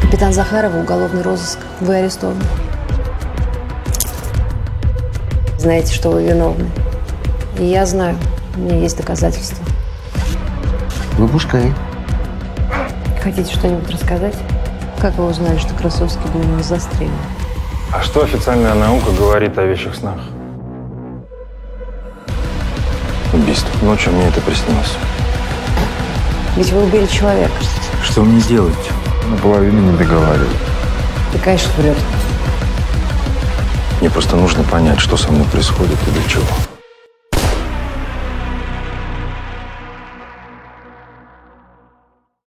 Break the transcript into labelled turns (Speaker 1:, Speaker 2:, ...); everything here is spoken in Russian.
Speaker 1: Капитан Захарова, уголовный розыск. Вы арестованы. Знаете, что вы виновны. И я знаю, у меня есть доказательства.
Speaker 2: Выпускай.
Speaker 1: Хотите что-нибудь рассказать? Как вы узнали, что Красовский был у нас застрелен?
Speaker 3: А что официальная наука говорит о вещих снах? Убийство. Ночью мне это приснилось.
Speaker 1: Ведь вы убили человека.
Speaker 4: Что мне делать?
Speaker 2: Наполовину не договариваю.
Speaker 1: И, конечно, врет.
Speaker 3: Мне просто нужно понять, что со мной происходит и для чего.